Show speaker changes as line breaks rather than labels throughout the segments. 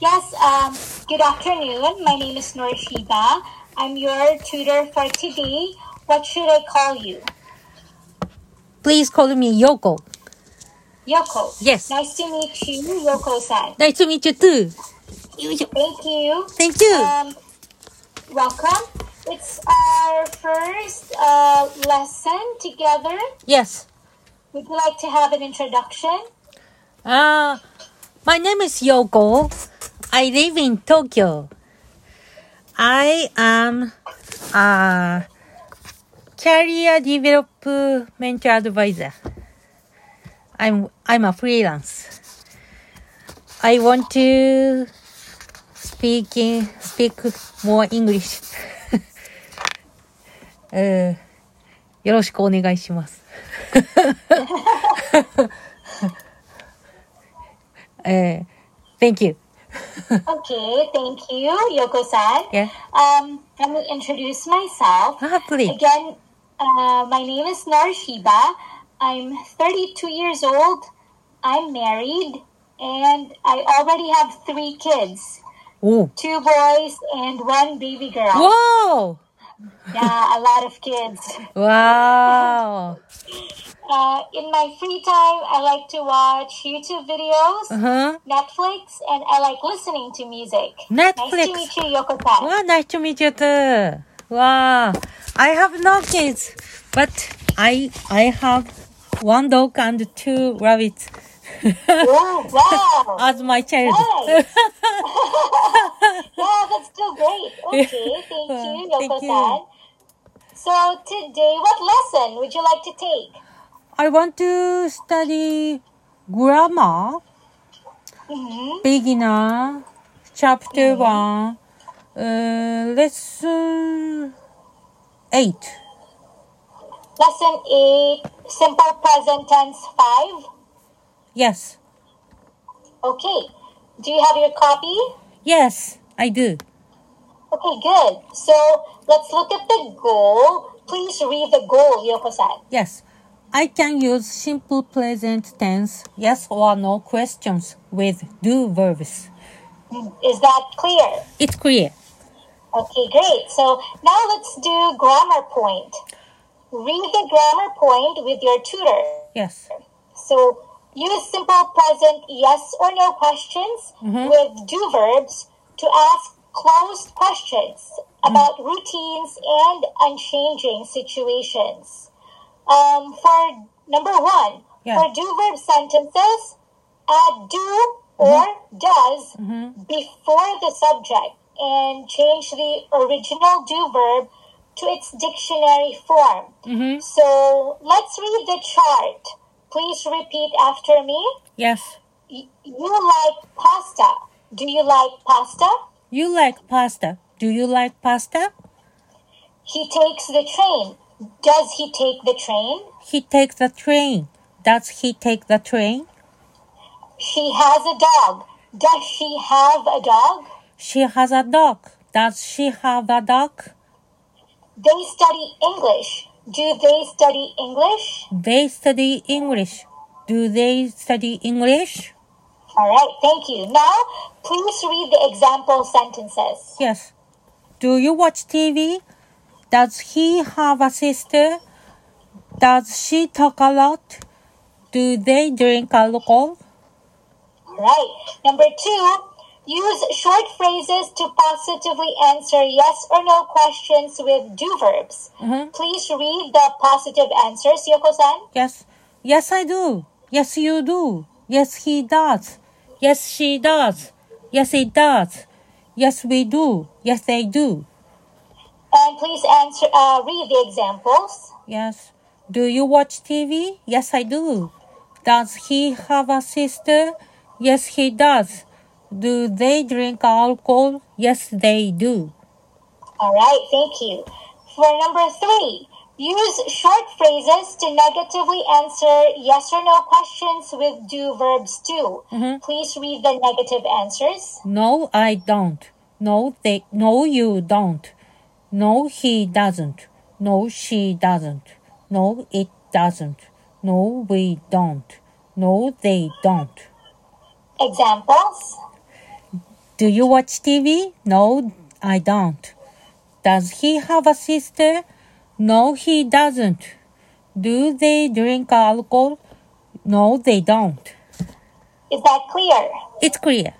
Yes, um, good afternoon. My name is Nur Shiba. I'm your tutor for today. What should I call you?
Please call me Yoko.
Yoko.
Yes.
Nice to meet you, Yoko-san.
Nice to meet you too.
Thank you.
Thank you.
Um, welcome. It's our first uh, lesson together.
yes.
Would you like to have an introduction?
Uh, my name is Yoko. I live in Tokyo. I am a career development advisor. I'm I'm a freelance. I want to speak in, speak more English. うんよろしくお願いします。 えー Thank you.
Okay, thank you, Yoko-san.
Yeah.
Um, let me introduce myself.
Ah, please.
Again, uh, my name is Nar Shiba. I'm 32 years old. I'm married, and I already have three kids:
おう
two boys and one baby girl.
おー
Yeah, a lot of kids.
わー
Uh, in my free time, I like to watch YouTube videos,
うんふん
Netflix, and I like listening to music. Nice to
Netflix.
meet you, Yoko-san.
わあ、nice to meet you too. わあ、I have no kids, but I, I have one dog and two rabbits
Oh, wow.
as my child.
Nice. yeah, that's still great. Okay, thank you,
Thank you.
Yoko-san. So today, what lesson would you like to take?
I want to study grammar,
hmm
beginner, chapter one, uh, lesson eight.
Lesson 8, Simple Present Tense 5.
Yes,
Okay, do you have your copy?
yes, I do.
Okay, good. So let's look at the goal. Please read the goal, Yoko-san.
Yes. I can use simple present tense yes or no questions with do verbs.
Is that clear?
It's clear.
Okay, great. So now let's do grammar point. Read the grammar point with your tutor.
Yes.
So use simple present yes or no questions with do verbs to ask closed questions about routines and unchanging situations. Um, for number one,
Yeah.
for do verb sentences, add do or does before the subject and change the original do verb to its dictionary form.
Mhm.
So let's read the chart. Please repeat after me.
Yes.
Y- You like pasta. Do you like pasta?
You like pasta. Do you like pasta?
He takes the train. Does he take the train?
He takes the train. Does he take the train?
She has a dog. Does she have a dog?
She has a dog. Does she have a dog?
They study English. Do they study English?
They study English. Do they study English?
All right, thank you. Now, please read the example sentences.
Yes. Do you watch TV? Does he have a sister? Does she talk a lot? Do they drink alcohol?
All right. Number two, use short phrases to positively answer yes or no questions with do verbs.
Mhm.
Please read the positive answers, Yoko-san.
Yes. Yes, I do. Yes, you do. Yes, he does. Yes, she does. Yes, it does. Yes, we do. Yes, they do.
And please answer. Uh, read the examples.
Yes. Do you watch TV? Yes, I do. Does he have a sister? Yes, he does. Do they drink alcohol? Yes, they do.
All right, thank you. For number three, use short phrases to negatively answer yes or no questions with do verbs too. Please read the negative answers.
No, I don't. No, they no you don't. No, he doesn't. No, she doesn't. No, it doesn't. No, we don't. No, they don't.
Examples.
Do you watch TV? No, I don't. Does he have a sister? No, he doesn't. Do they drink alcohol? No, they don't.
Is that clear?
It's clear.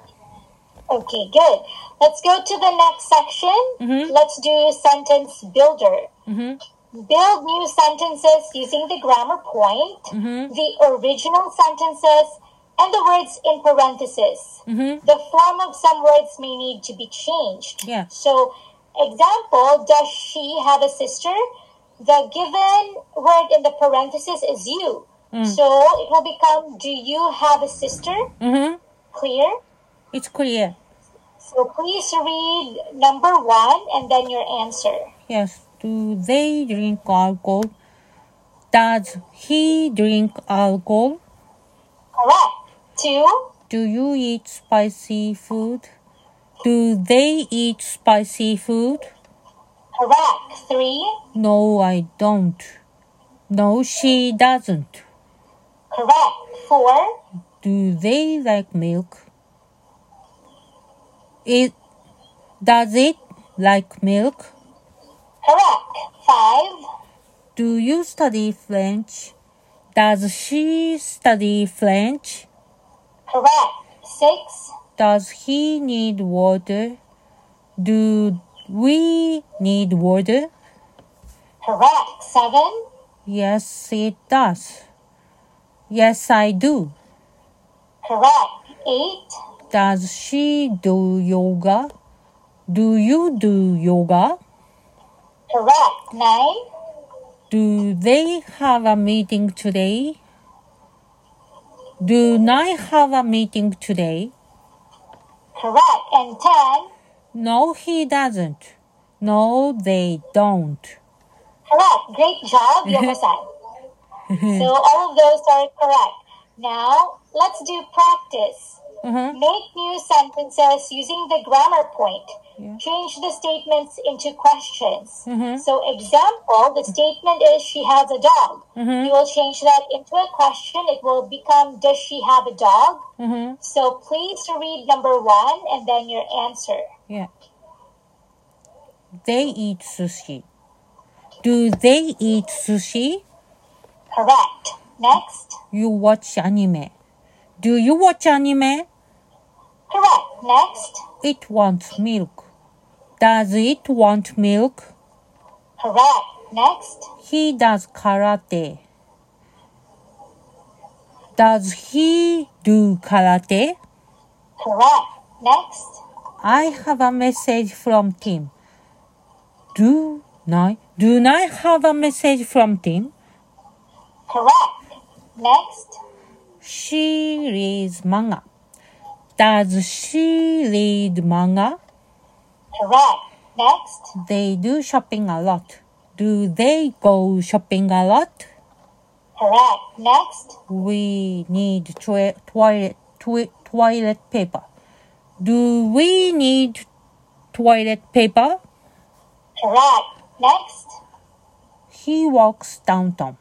Okay, good. Let's go to the next section. Let's do sentence builder. Build new sentences using the grammar point, the original sentences, and the words in parentheses. The form of some words may need to be changed.
Yeah.
So, example, does she have a sister? The given word in the parentheses is you. So it will become, do you have a sister?
Mm-hmm.
Clear?
It's clear.
So please read number one and then your answer.
Yes. Do they drink alcohol? Does he drink alcohol?
Correct. Two.
Do you eat spicy food? Do they eat spicy food?
Correct. Three.
No, I don't. No, she doesn't.
Correct. Four.
Do they like milk? It does it like milk?
Correct. Five.
Do you study French? Does she study French?
Correct. Six.
Does he need water? Do we need water?
Correct. Seven.
Yes, it does. Yes, I do.
Correct. Eight.
Does she do yoga? Do you do yoga?
Correct. Nine.
Do they have a meeting today? Do I have a meeting today?
Correct. And ten.
No, he doesn't. No, they don't.
Correct. Great job, Yoko-san. so all of those are correct. Now, let's do practice.
Mhm.
Make new sentences using the grammar point. Change the statements into questions. So, example, the statement is she has a dog.
Mm-hmm. uh-huh,
You will change that into a question. It will become does she have a dog?
Mm-hmm.
So, please read number one and then your answer.
Yeah. They eat sushi. Do they eat sushi?
Correct. Next.
You watch anime. Do you watch anime?
Correct. Next.
It wants milk. Does it want milk?
Correct. Next.
He does karate. Does he do karate?
Correct. Next.
I have a message from Tim. Do I? Do I have a message from Tim?
Correct. Next.
She reads manga. Does she read manga?
Correct. Next.
They do shopping a lot. Do they go shopping a lot?
Correct. Next.
We need toi- toilet toi- toilet paper. Do we need toilet paper?
Correct. Next.
He walks downtown.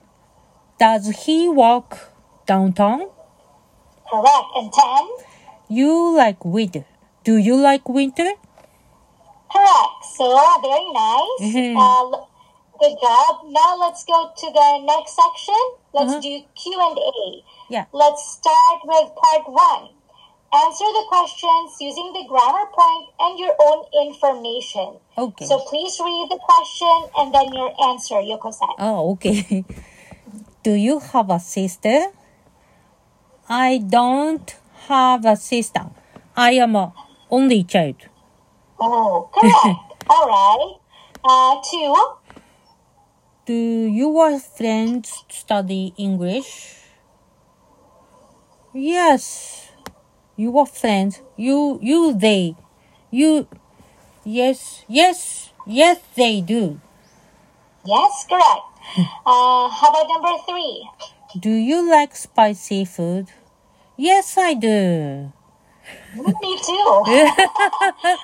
Does he walk downtown?
Correct. And 10.
You like winter. Do you like winter?
Correct. So, very nice.
Mhm.
Uh, l- good job. Now let's go to the next section. Let's do Q&A.
Uh-huh. Yeah.
Let's start with part 1. Answer the questions using the grammar point and your own information.
Okay.
So please read the question and then your answer, Yoko-san.
Oh, okay. Do you have a sister? I don't have a sister. I am a only child.
Oh, correct. All right. Uh, two.
Do your friends study English? Yes. Your friends. You you they. You yes yes yes they do.
Yes, correct.
Hmm.
Uh, how about number three?
Do you like spicy food? Yes I do.
Me too.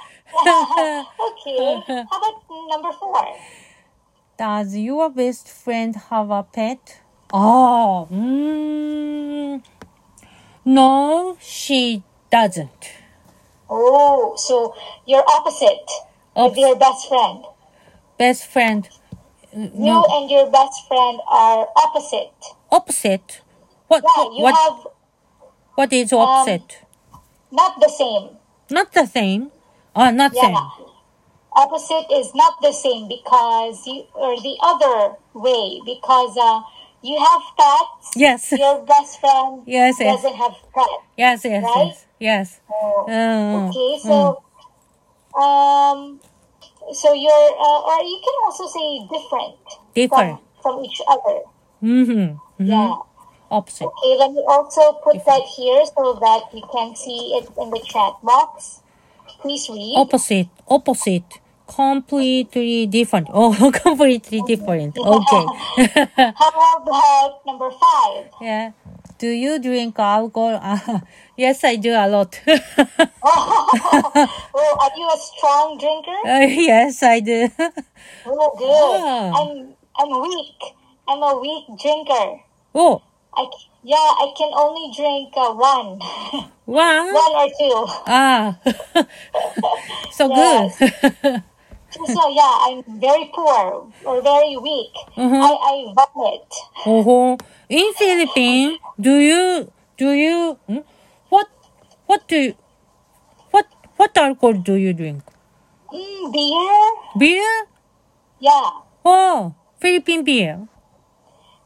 okay. How about number four?
Does your best friend have a pet? Oh, mm, no, she doesn't.
Oh, so you're opposite of
Ops-
your best friend.
Best friend.
You and your best friend are opposite.
Opposite. What?
Yeah,
what?
you
What,
have um,
what is opposite?
not the same.
not the same. Oh, not
Yeah.
same.
Opposite is not the same because you or the other way because uh, you have thoughts.
Yes.
Your best friend
Yes, yes.
doesn't have thoughts.
Yes. Yes.
Right?
Yes. Yes.
Oh,
Oh,
okay, so um, so you're uh, or you can also say different,
Different.
from, from each other.
Mm-hmm.
Yeah.
Opposite.
Okay, let me also put that here so that you can see it in the chat box. Please read.
Opposite. Opposite. Completely different. Oh, completely different. Okay.
How about number five?
yeah. Do you drink alcohol? Ah, yes, I do a lot.
Oh, Well, are you a strong drinker?
Uh, yes, I do.
Oh, good.
Yeah.
I'm I'm weak. I'm a weak drinker.
oh,
I c- yeah, I can only drink uh, one,
wow.
one or two.
Ah, so good.
So yeah, I'm very poor or very weak.
Mm-hmm.
I I vomit.
Oh, in Philippines, do you do you hmm? what what do you, what what alcohol do you drink?
Mm, beer?
Beer?
Yeah,
Oh, Philippine beer.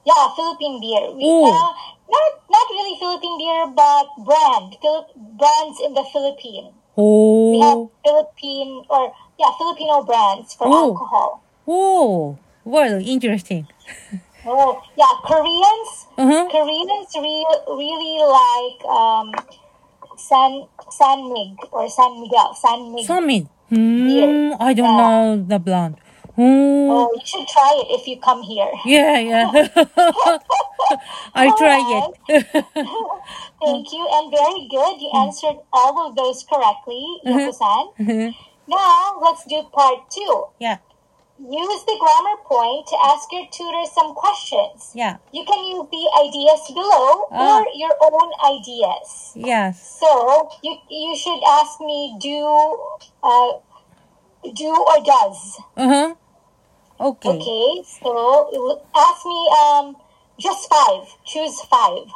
yeah, Philippine beer. We,
Ooh.
uh, not not really Philippine beer, but brand Philip brands in the Philippines. We have
Oh,
Philippine or yeah Filipino brands for
Ooh.
alcohol.
oh, well, interesting.
Oh yeah, Koreans.
Uh-huh.
Koreans re- really like um, San San Mig or San Miguel San Mig.
Summit. Hmm, I don't
Yeah.
know the blonde. Hmm.
Oh, you should try it if you come here.
Yeah, yeah. I'll try it.
Thank you, and very good. You answered all of those correctly,
Mm-hmm.
Yoko-san. Now let's do part two.
yeah,
Use the grammar point to ask your tutor some questions.
yeah,
You can use the ideas below
Ah.
or your own ideas.
yes.
So you you should ask me do uh, do or does.
Uh huh. Okay.
Okay, so it will- ask me um just five. Choose five.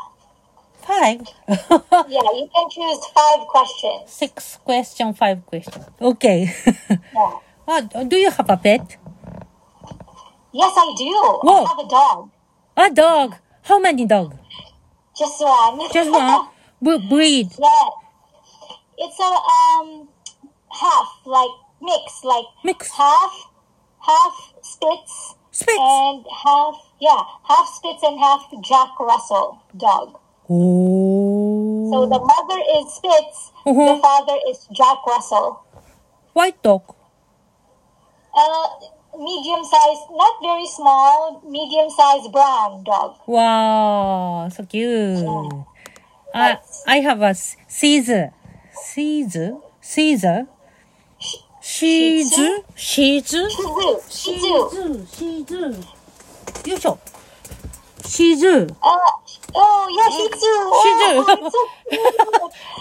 Five.
Yeah, you can choose five questions.
Six question, five question. Okay.
Yeah.
Ah, do you have a pet?
Yes, I do.
Whoa.
I have a dog.
A dog. How many dog?
Just one.
Just one. B- breed.
yeah. It's a um half like mix like
Mix.
half half spitz
Spitz.
and half yeah half spitz and half Jack Russell dog. So
Oh.
the mother is Spitz, the
Mhm.
father is Jack Russell.
White dog.
Uh, medium sized, not very small, medium sized brown dog.
Wow, so cute. I I have a s- Caesar, Caesar, Caesar, Caesar, Caesar,
Shih Tzu, Shih Tzu.
Caesar. よいしょ。Caesar.
Uh, oh yeah, Shih Tzu. Oh,
Shih Tzu.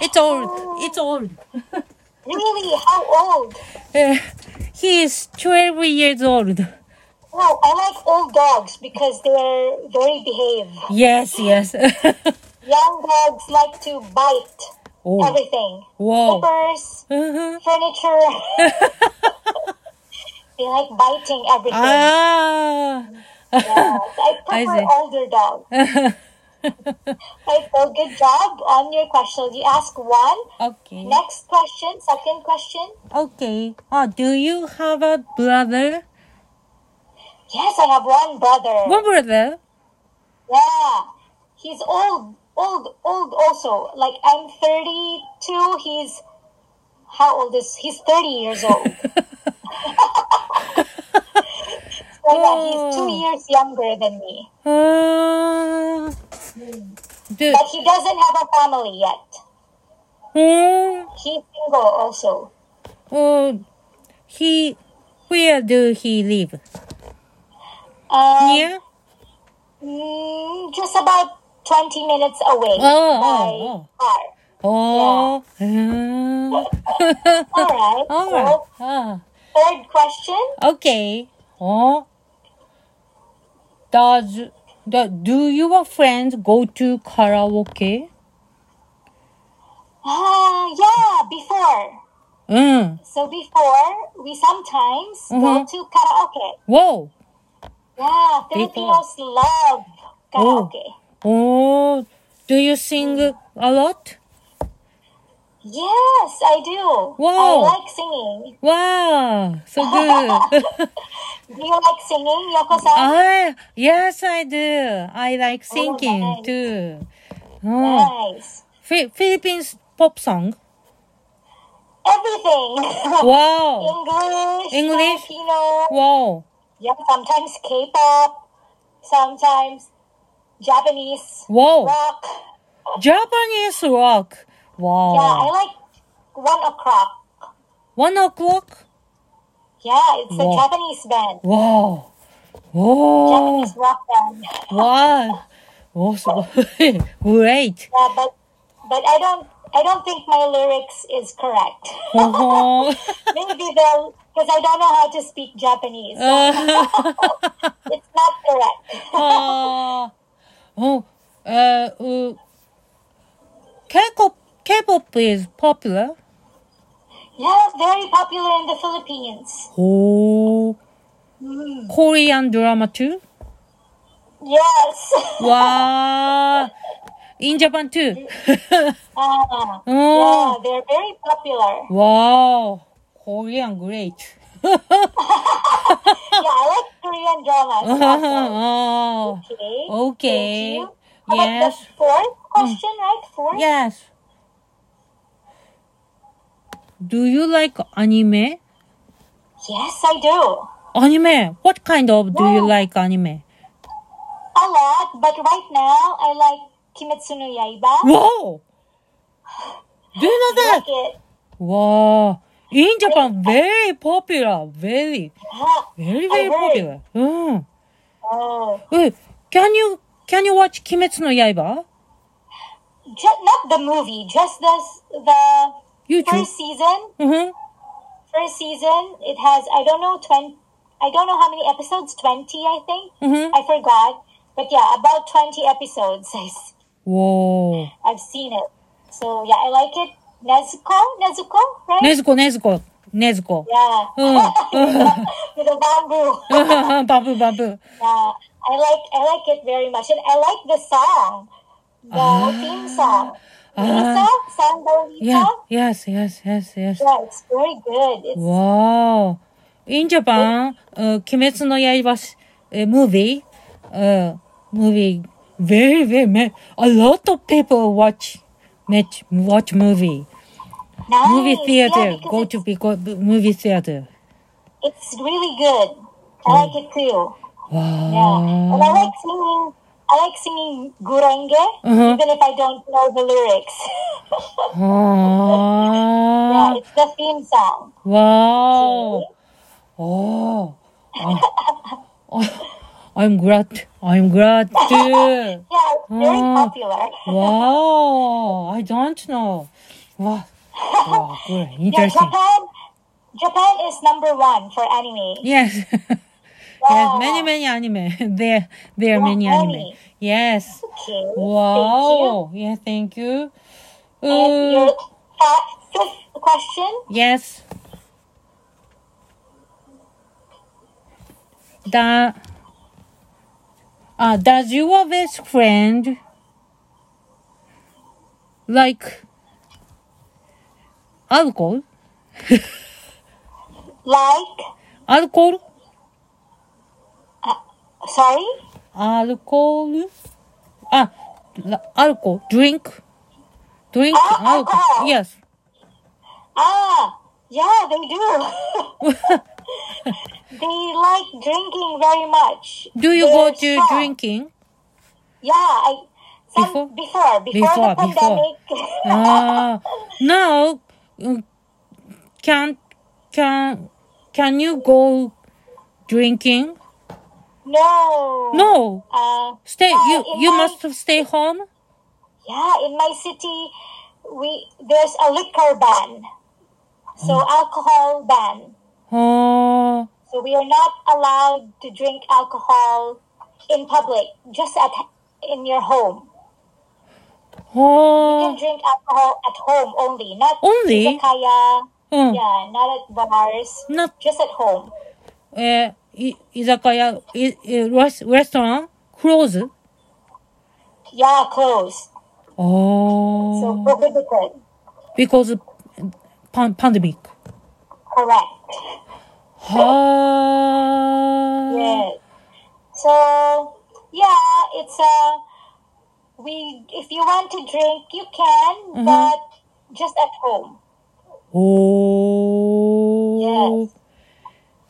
it's so cute.
It's old. It's old.
really? How old?
Uh, he is 12 years old.
Wow, I like old dogs because they're very behaved.
Yes, yes.
Young dogs like to bite
oh,
everything.
wow.
Slippers,
Uh-huh.
furniture. they like biting everything.
Ah.
Yeah, I
I
prefer
see.
older dogs. Right, so good job on your question. You ask one.
okay.
Next question, second question.
Okay. Ah, do you have a brother?
Yes, I have one brother.
One brother?
Yeah, he's old, old, old. Also, like I'm 32. He's how old is? He's 30 years old. so yeah, he's two
Oh.
years younger than me,
Ah. Do,
but he doesn't have a family yet.
oh,
He's single also.
oh, he, where do he live?
Um,
Here?
Mm, just about 20 minutes away
Oh,
by
oh,
car.
Oh. ah.
All right.
All
so,
right. Ah,
third question.
okay. Oh. Does the, do your friends go to karaoke?
Ah, yeah, before.
응.
So before, we sometimes go
Mhm.
to karaoke.
와우.
Yeah, Filipinos love karaoke.
Oh. 오. Oh. Do you sing a lot?
Yes, I do.
Wow.
I like singing.
와. So good.
Do you like singing, Yoko-san?
I yes I do. I like singing
nice.
too. 어.
Nice.
Fi- Philippines pop song.
Everything.
와우.
English,
English.
Filipino,
와우.
yeah, sometimes K-pop, sometimes Japanese
와우.
rock.
Japanese rock. Oh.
Yeah, oh. I
와우.
like One O'Clock.
One o'clock.
Yeah, it's a
Wow. Oh.
Japanese band,
와우. 오.
Japanese rock band.
와. 오. Oh, so- Great.
Yeah, but but I don't I don't think my lyrics is correct.
어허.
Maybe they'll because I don't know how to speak Japanese.
Uh.
It's not correct.
아. 어. 에. 우. uh, K-pop K-pop is popular.
Yeah, very popular in the Philippines.
오. Oh.
Mm.
Korean drama too?
Yes.
와. In Japan too. Oh.
Ah.
어.
yeah, they're very popular.
와. Korean great.
Yeah, I like Korean dramas.
어.
also. Okay.
Uh-huh. Okay.
Thank you. How about
Yes. Mm.
the fourth question, right? Fourth.
Yes. Do you like anime?
Yes, I do.
Anime. What kind of do you
Yeah.
like anime?
A lot, but right now I like Kimetsu no Yaiba.
Wow. Do you know
I
that?
like it.
Wow. In Japan, very popular. Very,
Yeah.
very, very
I heard.
popular. 음.
Oh,
Wait, can you can you watch Kimetsu no Yaiba?
just not the movie, just the s- the
You too.
first season.
Mm-hmm.
First season, it has I don't know twenty. I don't know how many episodes. Twenty, I think.
Mhm.
I forgot, but yeah, about twenty episodes. I s-
Whoa.
I've seen it. So yeah, I like it. Nezuko, Nezuko, right?
Nezuko, Nezuko, Nezuko.
yeah,
응.
with the bamboo.
바부, 바부.
Yeah, I like I like it very much, and I like the song, the theme song. Lisa, Sandra Lisa.
Yeah. Yes, yes, yes, yes.
Yeah, it's very good. It's
Wow. In Japan, uh, Kimetsu no Yaiba s- uh, movie, uh, movie, very, very, ma- a lot of people watch, match, watch movie.
nice.
Movie theater,
Oh, Yeah, because
go
it's,
to pico- movie theater.
It's really good.
Oh.
I like it too. Yeah, and I
Wow.
like singing. I like singing gurenge,
Uh-huh.
even if I don't know the lyrics. yeah,
Ah.
it's the theme song.
Wow. Oh. Ah. Oh. I'm glad. I'm glad too.
Yeah, it's very
Mm.
popular.
Wow. I don't know. Wow. Wow. Good.
Yeah,
Interesting.
Japan. Japan is number one for anime.
Yes. yes.
Wow.
Many, many anime. There, there are many anime.
many.
Yes.
Okay.
Wow. Yeah. Thank you.
Thank you. And your
Uh,
fa- fifth question.
yes. Da. Uh, does your best friend like alcohol?
Like,
Alcohol?
sorry,
alcohol ah la- alcohol drink drink
Ah,
alcohol
alcohol.
yes
Ah, yeah, they do. they like drinking very much.
do you
They're
go to
strong.
drinking
Yeah, I
Before?
some, before, before
Before,
the pandemic.
ah now mm, can can can you go drinking
no.
no
Uh,
stay
yeah,
you
in
you
my,
must stay home
Yeah, in my city, we there's a liquor ban. So
Oh.
alcohol ban.
あ
So we are not allowed to drink alcohol in public, just at in your home.
ーは
can drink alcohol at home only, not
Oh. Only? Oh.
izakaya.
あうん
Yeah, not at bars.
Not-
just at home.
えーい居酒屋いえレスレストランクローズ
Yeah, close.
あ
So
ー
prohibited.
Oh. because pan pandemic
Correct.
はあ
Yes. So yeah, it's a we. If you want to drink, you can,
Mm-hmm.
but just at home.
おー
Yes.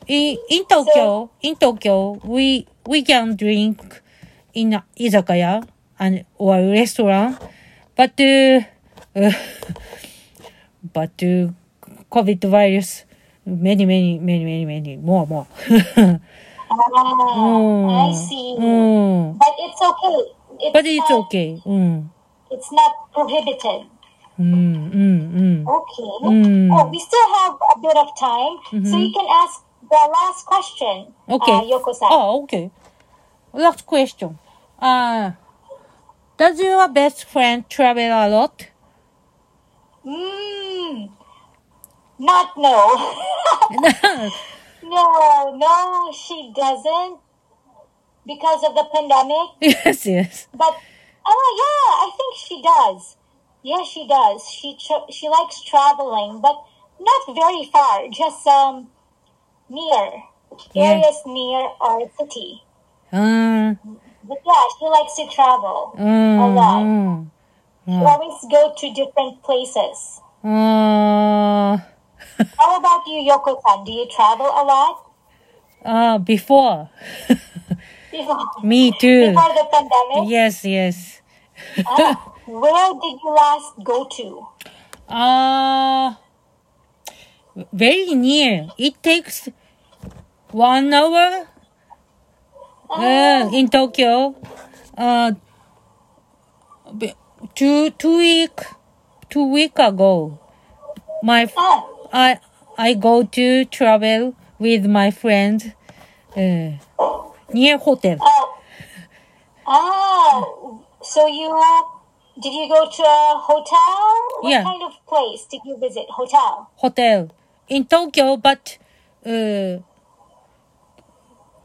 In, in Tokyo, in Tokyo, we we can drink in a izakaya and or restaurant, but uh, uh, but uh, COVID virus, many many many many many more more.
Ah, I see.
Mm.
But it's okay. It's
But it's
not,
okay. うん。
It's not prohibited.
うんうんうん。
Okay.
Mm. Mm-hmm.
Oh, we still have a bit of time, so you can ask the last question.
Okay.
Uh, Yoko-san.
Oh, okay. Last question. Uh, does your best friend travel a lot?
Mm, not no. no, no, she doesn't because of the pandemic.
yes, yes.
But oh yeah, I think she does. Yeah, she does. She tra- she likes traveling, but not very far. Just um near
Yeah.
areas near our city.
Um,
But yeah, she likes to travel.
um,
We always go to different places.
um, uh,
How about you, Yoko-san? Do you travel a lot?
uh, before.
Before
Me too.
before the pandemic,
Yes, yes.
Ah, where did you last go to?
Uh, very near. It takes one hour uh, in Tokyo. Uh, b- two two week two week ago, my f-
Ah,
I I go to travel with my friend uh, near hotel.
oh, oh. So you did you go to a hotel? What
Yeah.
kind of place did you visit? Hotel.
hotel in Tokyo, but uh,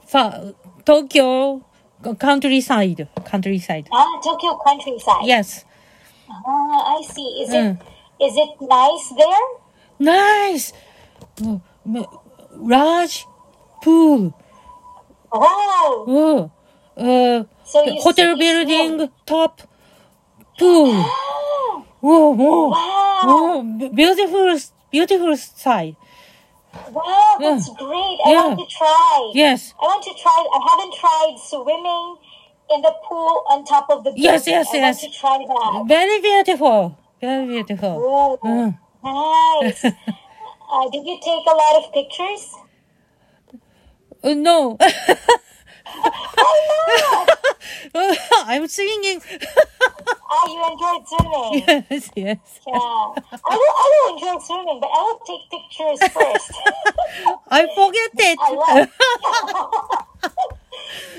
fa- Tokyo c- countryside, countryside.
Ah, Tokyo countryside.
Yes,
Ah, I see. Is
Mm.
it is it nice there?
nice, Mm, mm, large pool.
Oh,
Oh, uh,
So you
hotel
see-
building top pool. Oh, oh,
wow!
oh, b- beautiful, beautiful side.
Wow, that's great. I
Yeah.
want to try.
Yes,
I want to try. I haven't tried swimming in the pool on top of the building.
Yes, yes,
I
yes.
Want to try that.
very beautiful, very beautiful.
Ooh,
Mm.
nice. uh, did you take a lot of pictures?
Uh, no.
Oh
I'm singing.
no! Ah, you enjoyed swimming. Yeah.
yes, yes.
I don't. I don't enjoy swimming, but I will take pictures first.
I forget it.
I love.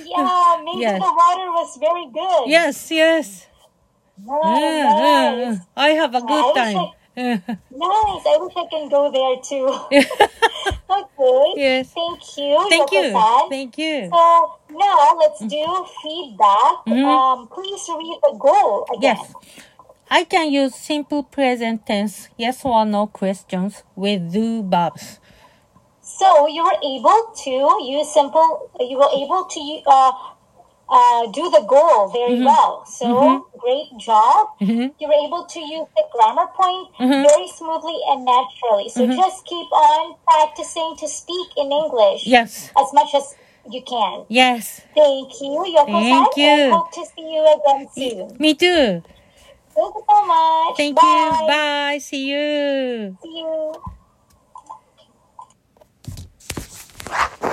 yeah, maybe
Yes.
the water was very good.
yes, yes.
Wow,
Yeah, yeah,
nice.
yeah. I have a good
I
time.
Nice. I wish I can go there too. okay.
Yes.
Thank you.
Thank you.
Yoko-san.
Thank you.
So now let's do feedback.
Mhm.
Um, please read the goal again.
Yes. I can use simple present tense yes or no questions with do verbs.
So you were able to use simple. You were able to uh, uh, do the goal very
Mm-hmm.
well. So great job. You were able to use the grammar point
Mm-hmm.
very smoothly and naturally. So just keep on practicing to speak in English
Yes.
as much as you can.
Yes.
Thank you, Yoko-san.
Thank you.
And hope to see you again soon.
Me too.
Thank you so much.
Thank
Bye.
you. Bye. See you.
See you.